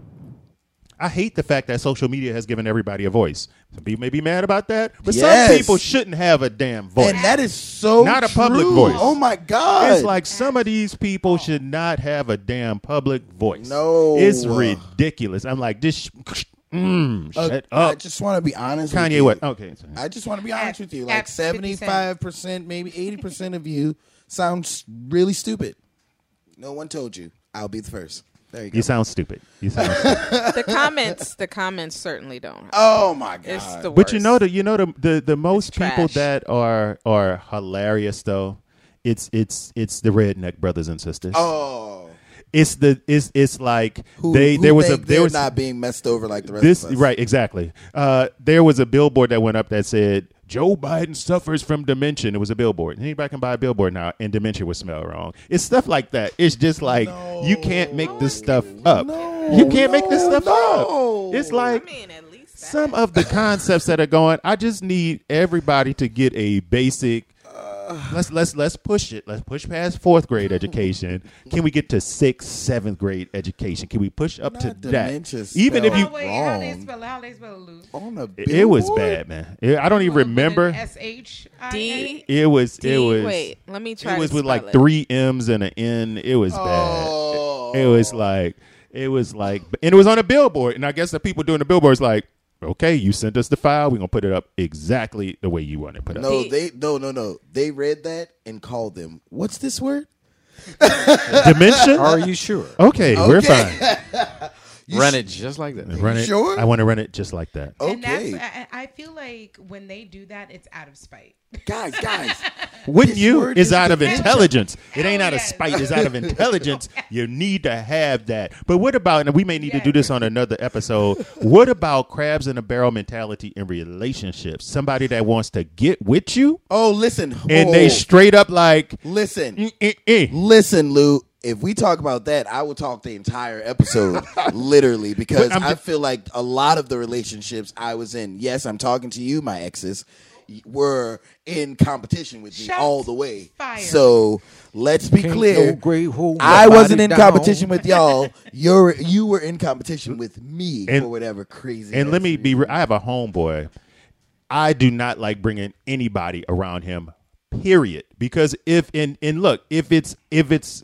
S1: I hate the fact that social media has given everybody a voice. Some people may be mad about that, but some
S2: Yes.
S1: people shouldn't have a damn voice.
S2: and that is so
S1: Not a public
S2: true.
S1: voice.
S2: Oh my god!
S1: It's like some of these people should not have a damn public voice.
S2: No.
S1: it's ridiculous. I'm like this. Sh- mm,
S2: Uh,
S1: shut
S2: I
S1: up,
S2: just want to be honest. with
S1: Kanye.
S2: you.
S1: What? Okay, sorry.
S2: I just want to be honest
S3: At-
S2: with you.
S3: at
S2: Like
S3: 50
S2: seventy-five
S3: cent.
S2: percent, maybe eighty percent of you sounds really stupid. No one told you. I'll be the first. There you go.
S1: you sound stupid. You sound. stupid.
S4: the comments the comments certainly don't.
S2: oh my god!
S4: It's the
S1: But you
S4: worst.
S1: know the you know the the, the most
S4: It's
S1: people
S4: trash.
S1: that are are hilarious though. It's it's it's the redneck brothers and sisters.
S2: oh,
S1: It's the it's it's like
S2: who,
S1: they
S2: who
S1: there was a
S2: think
S1: there
S2: they're
S1: was
S2: not being messed over like the rest
S1: this
S2: of us.
S1: right exactly. Uh, there was a billboard that went up that said Joe Biden suffers from dementia. It was a billboard. Anybody can buy a billboard now, and dementia would smell wrong. It's stuff like that. It's just like you can't make this stuff up. you can't make this stuff
S2: no.
S1: up. It's like
S4: I mean, at least that.
S1: some of the concepts that are going i just need everybody to get a basic let's let's let's push it let's push past fourth grade education can we get to sixth seventh grade education can we push up to
S2: Not
S1: that
S2: dementia
S1: even if you
S2: spelled
S3: Wait, how they
S2: Wrong.
S3: spell how they spell loose?
S2: On a
S1: it, it was
S2: billboard?
S1: bad man It- i don't even remember
S3: S H
S4: D,
S1: it was
S4: D
S1: it was
S4: wait, let me try.
S1: it
S4: to
S1: was with like
S4: spell it.
S1: three m's and an n it was bad It- it,
S2: Oh.
S1: was like it was like and it was on a billboard and i guess the people doing the billboards like okay you sent us the file we're gonna put it up exactly the way you want it put up
S2: No, they no no no. They read that and called them. What's this word?
S1: dementia
S5: Are you sure?
S1: okay, we're
S2: Okay.
S1: fine
S2: You
S5: run
S2: sh-
S5: it just like that.
S1: Run it.
S2: Sure.
S1: I want to run it just like that.
S3: And that's,
S2: Okay,
S3: I, I I feel like when they do that, it's out of spite.
S2: guys, guys.
S1: Wouldn't
S2: This
S1: you?
S2: word
S1: It's
S2: is
S1: out of
S2: defensive.
S1: intelligence. It ain't
S3: Hell
S1: out of
S3: yes.
S1: spite. It's out of intelligence. You need to have that. But what about, and we may need to do this on another episode, what about crabs in a barrel mentality in relationships? Somebody that wants to get with you
S2: Oh, listen,
S1: and
S2: oh,
S1: they straight up like,
S2: listen.
S1: "Mm, eh, eh."
S2: Listen, Lou. If we talk about that, I will talk the entire episode, literally, because
S1: But I'm
S2: I
S1: ju-
S2: feel like a lot of the relationships I was in. Yes, I'm talking to you, my exes, y- were in competition with me
S3: Shots
S2: all the way.
S3: fired.
S2: So let's be
S5: Can't
S2: clear.
S5: no great hole
S2: I
S5: nobody
S2: wasn't in
S5: down.
S2: competition with y'all. You're you were in competition with me
S1: And-
S2: for whatever crazy.
S1: And let
S2: ass-
S1: me be, re- I have a homeboy. I do not like bringing anybody around him, period. Because if, and, and look, if it's, if it's,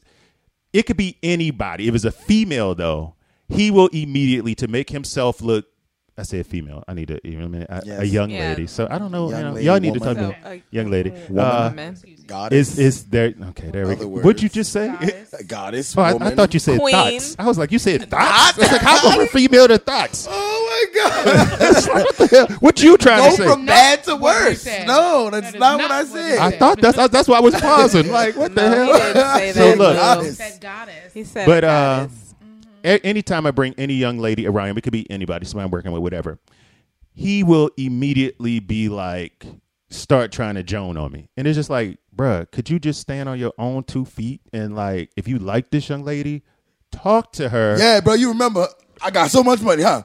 S1: it could be anybody. If it's a female though, he will immediately to make himself look. I said female. I need to you know, what I mean? a, a
S2: Yes.
S1: young
S4: Yeah.
S1: lady. So I don't know.
S2: Young
S1: you know,
S2: lady,
S1: y'all need to
S2: woman.
S1: talk to
S4: So,
S1: me.
S4: a
S1: Young lady. Uh,
S4: woman.
S2: goddess
S1: is is there? Okay, there we
S2: Other
S1: go.
S2: words.
S1: What'd you just say?
S3: Goddess.
S2: goddess
S1: Oh, I,
S2: woman.
S1: I thought you said
S4: Queen.
S1: thoughts. I was like, you said thoughts. It's like how go from female to thoughts?
S2: Oh my god.
S1: What you trying
S2: go
S1: to say?
S2: from
S3: No,
S2: bad to
S3: what you
S2: worse.
S3: said.
S2: No,
S3: That
S2: that's
S3: is
S2: not,
S3: not
S2: what I
S3: what you
S2: said.
S1: I thought that's I, that's why I was pausing. Like what the
S4: No,
S1: hell?
S4: Oh, he didn't say
S1: So
S4: that.
S1: look,
S4: no.
S2: Goddess.
S3: Said goddess.
S4: he said,
S1: But
S4: a
S1: uh,
S4: goddess.
S1: a- anytime I bring any young lady around, it could be anybody, somebody I'm working with, whatever, he will immediately be like, start trying to Joan on me. And it's just like, bruh, could you just stand on your own two feet and like, if you like this young lady, talk to her.
S2: Yeah, bro, you remember I got so much money, huh?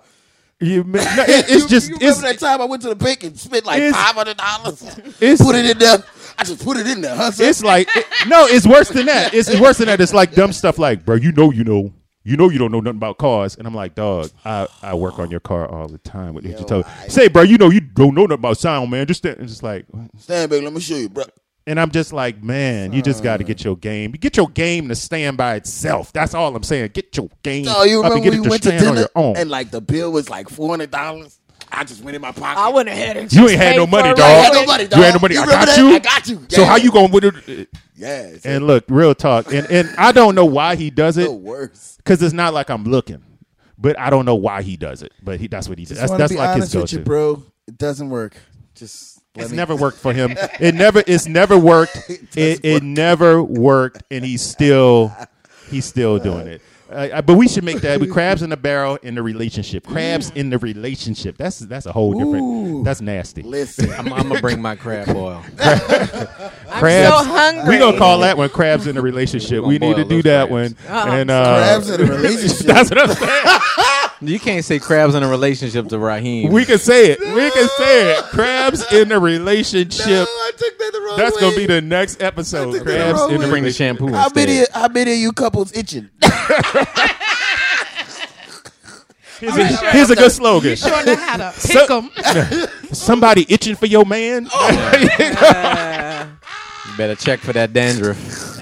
S1: You, ma- no, it- it's
S2: You-
S1: just,
S2: you
S1: it's,
S2: remember that time I went to the bank and spent like
S1: It's-
S2: five hundred dollars.
S1: it's-
S2: Put it in there. I just put it in there, huh? son?
S1: it's like, it- no, it's worse than that. It's, it's worse than that. It's like dumb stuff like, bro, you know, you know. You know you don't know nothing about cars, and I'm like, dog, I, I work on your car all the time. What did you
S2: Yo,
S1: tell?
S2: I-
S1: Say, bro, you know you don't know nothing about sound, man. Just stand, it's just like,
S2: Stand back, let me show you, bro.
S1: And I'm just like, man, you just got to get your game. You Get your game to stand by itself. That's all I'm saying. Get your game.
S2: So you
S1: up and
S2: remember
S1: get
S2: when
S1: it
S2: you went to
S1: stand on
S2: dinner
S1: your own.
S2: and like the bill was like four hundred dollars? I just went in my pocket.
S4: I went ahead and
S1: you
S4: just
S1: ain't had
S4: paid
S1: no
S4: for
S1: money,
S4: it.
S1: dog.
S2: I had no money,
S1: You
S2: dog.
S1: had no money.
S2: You
S1: I
S2: remember
S1: got
S2: that?
S1: you.
S2: I got you.
S1: So
S2: Yeah.
S1: how you going with it?
S2: Yes.
S1: And look, real talk. And and I don't know why he does
S2: the
S1: it
S2: worst.
S1: because it's not like I'm looking. But I don't know why he does it. But he, that's what he does. That's, that's like his go-to.
S2: bro. It doesn't work. Just
S1: It's never worked for him. It never. It's never worked. it it, never worked, and he's still he's still doing it. Uh, I- but we should make that. We crabs in the barrel in the relationship. Crabs in the relationship. That's that's a whole different. That's nasty.
S2: Listen,
S5: I'm, I'm gonna bring my crab boil.
S1: crabs.
S4: so hungry.
S1: We gonna call that one crabs in the relationship.
S5: We
S1: We
S5: gonna
S1: need to
S5: boil
S1: do
S5: those
S1: that
S5: crabs.
S1: one. And uh,
S2: Uh-uh. crabs in a relationship.
S1: That's what I'm saying.
S5: You can't say crabs in a relationship to Raheem.
S1: We can say it. We can say it. Crabs in the relationship.
S2: No, I took that the wrong
S1: That's gonna
S2: way.
S1: be the next episode.
S2: took that
S1: Crabs
S2: wrong
S1: in the
S2: way.
S5: bring the
S1: relationship.
S5: shampoo.
S2: How
S5: instead.
S2: many? How many of you couples itching?
S1: Here's a, here's a good slogan.
S3: You sure know how to pick
S1: So-
S3: 'em.
S1: Somebody itching for your man.
S5: You better check for that dandruff.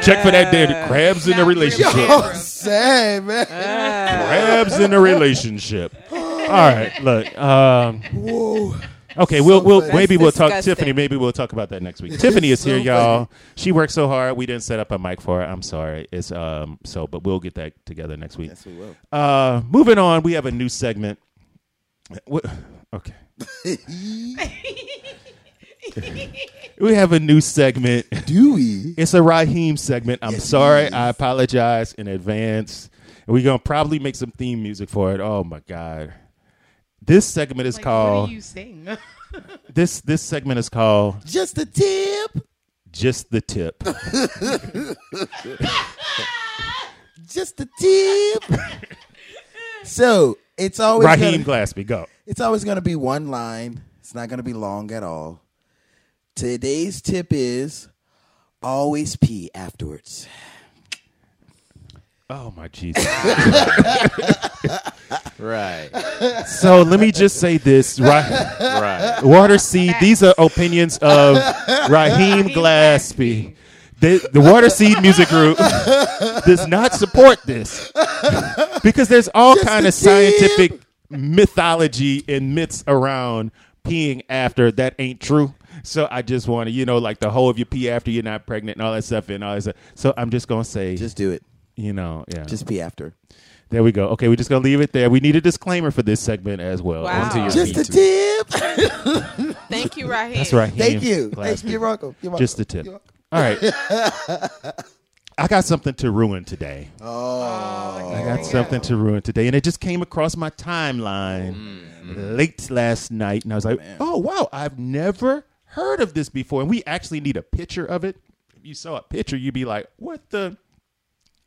S1: Check for that dead crabs in the
S3: Not really.
S1: relationship.
S2: Yo, sad Oh, man.
S1: Crabs in the relationship. All right, look. Um,
S2: Whoa.
S1: okay, we'll we'll
S2: funny.
S1: maybe we'll talk
S4: disgusting.
S1: Tiffany. Maybe we'll talk about that next week. Tiffany is here, y'all. She worked so hard. We didn't set up a mic for her. I'm sorry. It's um so, but we'll get that together next week.
S2: we will.
S1: Uh, moving on, we have a new segment. What? Okay. we have a new segment.
S2: Do we?
S1: It's a Raheem segment. I'm sorry. I apologize in advance. And we're going to probably make some theme music for it. Oh my god. This segment is
S3: Like, what
S1: called
S3: do you sing?
S1: this this segment is called
S2: Just a tip.
S1: Just the Tip.
S2: Just a tip. so it's always
S1: Raheem
S2: gonna-
S1: Glassby, go.
S2: It's always going to be one line. It's not going to be long at all. Today's tip is always pee afterwards.
S1: Oh my Jesus.
S5: Right.
S1: so let me just say this, Raheem
S5: Right.
S1: Water Seed, these are opinions of Raheem Glassby. The, the Water Seed Music Group does not support this because there's all kind of
S2: a tip.
S1: scientific mythology and myths around peeing after that ain't true. So I just want to, you know, like the whole of you pee after you're not pregnant and all that stuff and all that stuff. So I'm just gonna say,
S2: Just do it.
S1: you know, yeah,
S2: Just pee after.
S1: There we go. Okay, we're just gonna leave it there. We need a disclaimer for this segment as well.
S4: Wow.
S1: Onto your
S4: Just
S2: Just
S1: feet.
S2: a tip.
S4: Thank you, Raheem.
S1: That's right.
S2: Thank you. Thank you. You're welcome. You're welcome.
S1: Just the tip. All right. I got something to ruin today. I got something to ruin today, and it just came across my timeline late last night, and I was like, "Oh wow, I've never heard of this before." And we actually need a picture of it. If you saw a picture, you'd be like, "What the?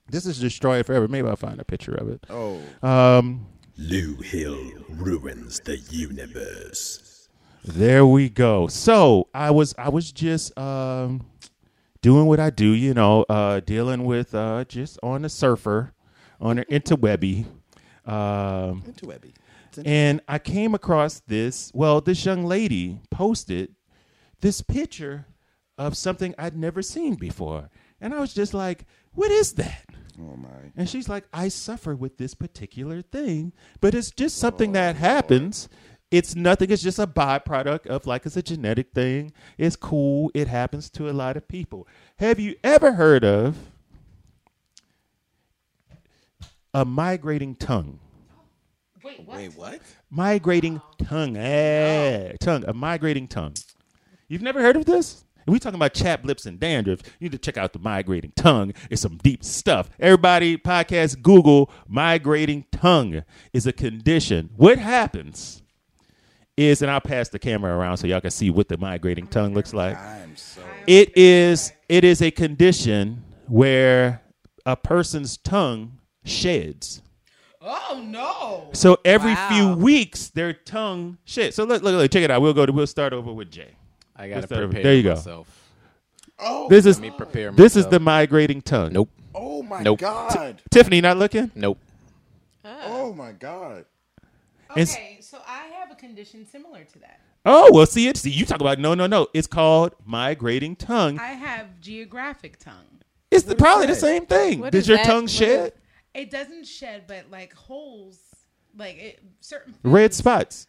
S1: This is destroyed forever." Maybe I'll find a picture of it. Um,
S2: Oh,
S8: Lou Hill ruins the universe.
S1: There we go. So I was I was just um, doing what I do, you know, uh, dealing with uh, just on the surfer, on the interwebby. Um,
S2: interwebby.
S1: and I came across this. Well, this young lady posted this picture of something I'd never seen before. And I was just like, what is that?
S2: Oh my.
S1: And she's like, I suffer with this particular thing, but it's just something
S2: Oh,
S1: that happens. It's nothing. It's just a byproduct of like it's a genetic thing. It's cool. It happens to a lot of people. Have you ever heard of a migrating tongue?
S3: Wait, what?
S2: Wait, what?
S1: migrating tongue. Eh, Tongue. A migrating tongue. You've never heard of this? we talking about chap lips and dandruff. You need to check out the migrating tongue. It's some deep stuff. Everybody, podcast, Google migrating tongue is a condition. What happens is, and I'll pass the camera around so y'all can see what the migrating tongue looks like
S2: Oh I'm so.
S1: it is it is a condition where a person's tongue sheds.
S3: Oh no!
S1: So every
S4: Wow.
S1: few weeks, their tongue sheds. So look, look, look, check it out. We'll go to. We'll start over with Jay.
S5: I gotta
S1: Let's start over.
S5: prepare
S1: There you go.
S5: myself.
S2: Oh,
S1: This is
S5: Let me prepare
S1: this is
S5: myself.
S1: the migrating tongue.
S5: Nope.
S2: oh my
S5: Nope.
S2: god.
S1: Tiffany, not looking.
S5: Nope.
S2: Oh my god.
S1: It's-
S3: Okay, so I have a condition similar to that.
S1: Oh, well, see it. See you talk about no, no, no. It's called migrating tongue.
S3: I have geographic tongue.
S1: It's the, probably the same thing.
S4: What
S1: Does
S4: is
S1: your
S4: that?
S1: tongue
S4: What is-
S1: shed?
S3: It doesn't shed, but like holes, like it, certain
S1: Red
S3: foods
S1: spots.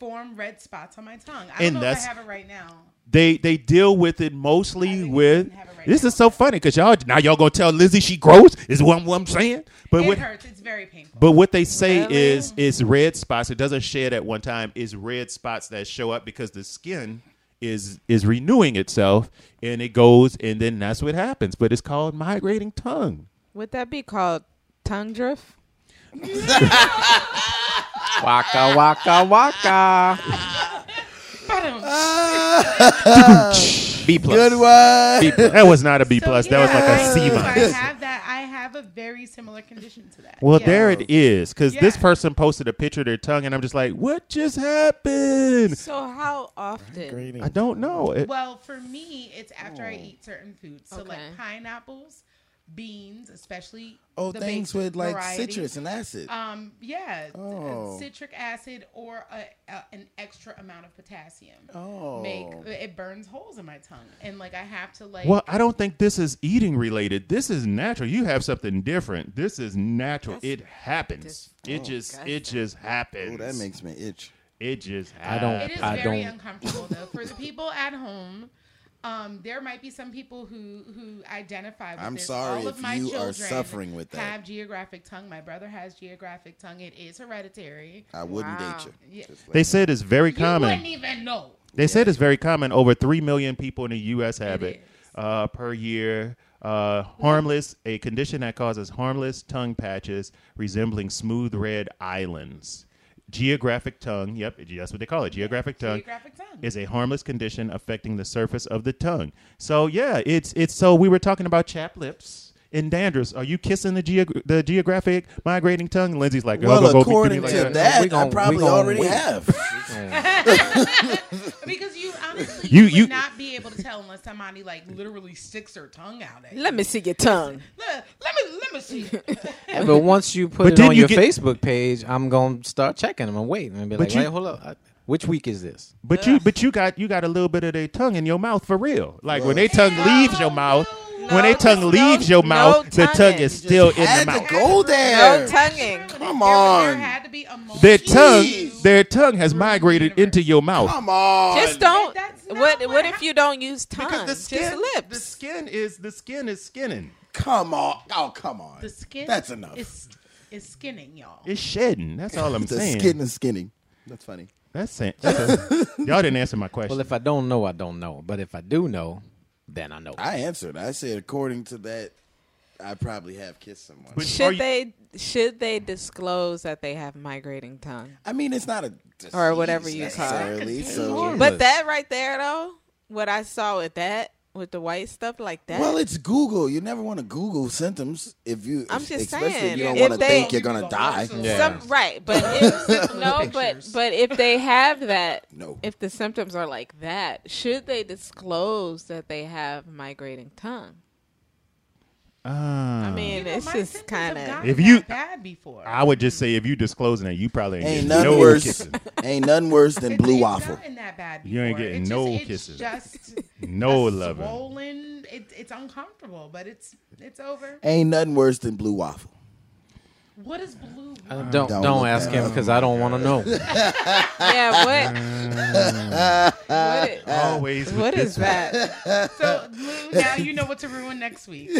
S3: form red spots on my tongue. I
S1: And
S3: don't know
S1: that's-
S3: if I have it right now.
S1: They they deal with it mostly
S3: I
S1: with.
S3: have it right
S1: this
S3: now.
S1: is so funny because y'all now y'all gonna tell Lizzie she gross is what I'm, what I'm saying. But
S3: It
S1: what
S3: hurts. It's very painful.
S1: But what they say
S4: Really?
S1: is is red spots. It doesn't shed at one time. Is red spots that show up because the skin is is renewing itself and it goes and then that's what happens. But it's called migrating tongue.
S4: Would that be called tongue drift?
S5: Waka waka waka. B plus.
S2: Good one.
S1: That was not a B
S3: So,
S1: plus. That was like a C
S3: yeah, I-
S1: minus.
S3: I have that. I have a very similar condition to that.
S1: Well,
S3: Yeah.
S1: there it is. Because this
S3: Yeah.
S1: person posted a picture of their tongue, and I'm just like, what just happened?
S4: So how often?
S1: I don't know. It-
S3: Well, for me, it's after
S2: Oh.
S3: I eat certain foods. So
S4: Okay.
S3: like pineapples, beans, especially
S2: Oh,
S3: the
S2: things
S3: baked
S2: with like
S3: variety.
S2: citrus and acid.
S3: Um, yeah, th- uh,
S2: Oh.
S3: citric acid or a, a, an extra amount of potassium. Oh, make it burns holes in my tongue, and like I have to like.
S1: Well, I don't think this is eating related. This is natural. You have something different. This is natural. it happens.
S3: oh,
S1: it just it just happens.
S2: oh, that makes me itch.
S1: it just
S5: I don't-
S1: happens.
S3: It is
S5: I
S3: very
S5: don't-
S3: uncomfortable though for the people at home. Um, there might be some people who who identify with
S2: I'm
S3: this.
S2: sorry
S3: All of
S2: if
S3: my
S2: you are
S3: children
S2: suffering with that.
S3: Have geographic tongue. My brother has geographic tongue. It is hereditary.
S2: I wouldn't
S4: Wow.
S2: date you.
S3: Yeah.
S2: Just like-
S1: They said it's very
S3: You
S1: common.
S3: wouldn't even know.
S1: They said it's very common. Over three million people in the U.S. have
S3: It
S1: it,
S3: is.
S1: uh, per year. Uh, harmless, a condition that causes harmless tongue patches resembling smooth red islands. Geographic tongue. Yep, that's what they call it. Geographic tongue.
S3: Geographic tongue.
S1: is a harmless condition affecting the surface of the tongue. So yeah, it's it's so we were talking about chap lips and dandruff. Are you kissing the geog- the geographic migrating tongue? Lindsay's like, oh,
S2: well,
S1: go, go, go,
S2: according
S1: be like
S2: to
S1: that.
S2: that,
S5: We gon-
S2: I
S5: we
S2: probably
S5: gon-
S2: already
S5: we-
S2: have.
S3: Because you honestly
S1: You-
S3: you,
S1: you-
S3: would not be able to tell unless somebody like literally sticks their tongue out at you.
S4: Let me see your tongue.
S3: Let, let me let me see.
S5: Yeah, but once you put
S1: But
S5: it
S1: then
S5: on
S1: you
S5: your
S1: get-
S5: Facebook page, I'm gonna start checking them and waiting and be
S1: But
S5: like,
S1: you-
S5: wait, hold up, I- which week is this?
S1: But you but you got you got a little bit of their tongue in your mouth for real. Like when their tongue leaves your mouth, when their
S4: No,
S1: tongue
S4: no,
S1: leaves your
S4: no
S1: mouth, the
S4: tonguing.
S1: tongue is still in the
S2: had to
S1: mouth.
S2: go there.
S4: No tonguing.
S3: Come
S2: on.
S3: There had to be a moment.
S1: Their tongue
S2: Jeez.
S1: their tongue has migrated
S3: universe.
S1: into your mouth.
S2: Come on.
S4: Just don't.
S3: That's not
S4: What?
S3: what
S4: What if
S3: hap-
S4: you don't use tongue? Just
S1: the
S4: lips.
S1: skin is the skin is skinning.
S2: Come on. Oh, come on.
S3: The skin.
S2: That's enough.
S3: Is, is skinning, y'all.
S1: It's shedding. That's all I'm
S2: the
S1: saying.
S2: skin is skinning. That's funny.
S1: That's it. That's a- y'all didn't answer my question.
S5: Well, if I don't know, I don't know. But if I do know, then I know.
S2: I answered. I said, according to that, I probably have kissed someone.
S1: But are
S4: Should
S1: you-
S4: they should they disclose that they have migrating tongue?
S2: I mean, it's not a disease
S4: Or whatever you call it.
S2: necessarily, So,
S5: Harmless.
S4: But that right there though, what I saw with that with the white stuff like that.
S2: well, it's Google. You never want to Google symptoms if you,
S4: I'm just
S2: especially if
S4: saying,
S2: you don't
S4: if
S2: want to
S4: they-
S2: think you're gonna die.
S5: Yeah.
S4: Some, right, but if, no, but but if they have that,
S2: No.
S4: if the symptoms are like that, should they disclose that they have migrating tongue? I
S1: Ah.
S4: mean,
S3: You know,
S4: it's
S3: my
S4: just
S3: symptoms have
S4: kind of
S3: gotten
S1: If you-
S3: that bad before,
S1: I would just say if you disclosing it, you probably ain't,
S2: Ain't
S1: getting
S2: none
S1: no
S2: worse.
S1: kissing.
S2: Ain't none worse than
S3: It's-
S2: blue
S3: it's
S2: waffle.
S3: gotten that bad
S1: You ain't
S3: before.
S1: getting
S3: It's
S1: no
S3: just,
S1: kisses.
S3: It's just
S1: No
S3: a
S1: loving.
S3: Swollen. It, it's uncomfortable, but it's it's over.
S2: Ain't nothing worse than blue waffle.
S3: What is blue?
S5: Uh, don't
S2: Don't
S5: don't,
S2: look
S5: ask
S2: that
S5: him because I don't want to know.
S4: yeah. What? what i-
S1: Always.
S4: what is that?
S3: so Lou, now you know what to ruin next week.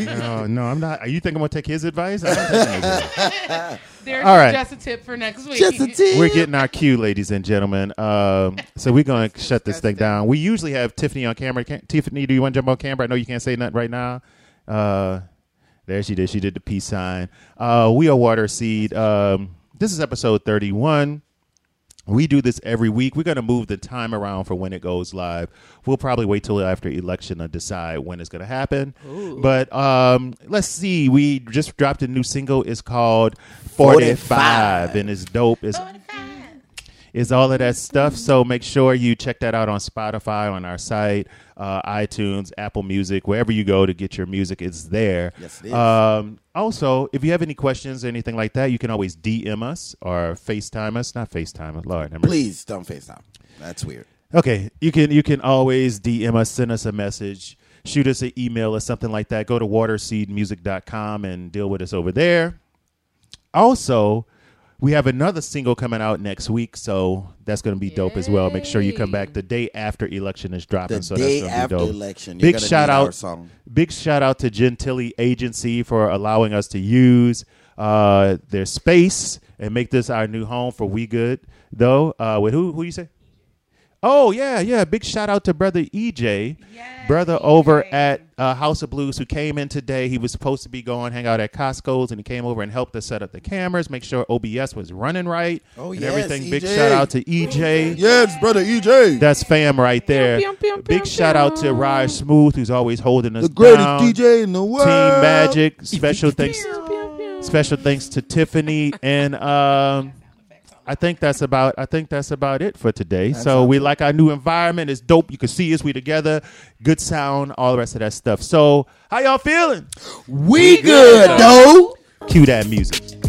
S1: No, no, I'm not. You think I'm gonna take his advice? I don't think I'm gonna do
S3: There's
S1: All right.
S3: just a tip for next week.
S2: Just a
S1: it.
S2: tip.
S1: We're getting our cue, ladies and gentlemen. Um, so we're gonna shut this thing down. We usually have Tiffany on camera. Can, Tiffany, do you want to jump on camera? I know you can't say nothing right now. Uh, there she did. She did the peace sign. Uh, we are Water Seed. Um, this is episode 31. We do this every week. We're going to move the time around for when it goes live. We'll probably wait till after election to decide when it's going to happen. But um, let's see. We just dropped a new single. It's called 45,
S2: 45.
S1: and it's dope. It's,
S3: What if I-
S1: it's all of that stuff. So make sure you check that out on Spotify, on our site, uh, iTunes, Apple Music, wherever you go to get your music. It's there.
S2: Yes, it is.
S1: Um, also, if you have any questions or anything like that, you can always DM us or FaceTime us. Not FaceTime us, Lord. have mercy.
S2: Please don't FaceTime. That's weird.
S1: Okay, you can you can always DM us, send us a message, shoot us an email or something like that. Go to waterseedmusic.com and deal with us over there. Also, we have another single coming out next week, so that's going to be dope as well. Make sure you come back the day after election is dropping.
S2: The
S1: so
S2: day
S1: that's gonna
S2: after
S1: be dope.
S2: election, you're
S1: big
S2: gonna
S1: shout
S2: need our
S1: out,
S2: song.
S1: big shout out to Gentilly Agency for allowing us to use uh, their space and make this our new home for We Good. Though, uh, with who who you say? Oh yeah, yeah. Big shout out to brother EJ,
S3: Yes,
S1: brother
S4: E
S1: over
S3: EJ.
S1: at uh, House of Blues who came in today. He was supposed to be going hang out at Costco's and he came over and helped us set up the cameras, make sure OBS was running right.
S2: Oh,
S1: and
S2: yes,
S1: everything. Big
S2: EJ.
S1: shout out to EJ.
S2: Yes, brother E EJ,
S1: That's fam right there.
S4: Pew, pew, pew,
S1: Big
S4: pew,
S1: shout out to
S4: pew.
S1: Raj Smooth who's always holding us
S2: the greatest
S1: down.
S2: DJ in the world.
S1: Team Magic. Special thanks. special thanks to Tiffany and. Um, I think that's about. I think that's about it for today. so we like our new environment. It's dope. You can see us. We together. Good sound. All the rest of that stuff. So how y'all feeling?
S2: We good though.
S1: Cue that music.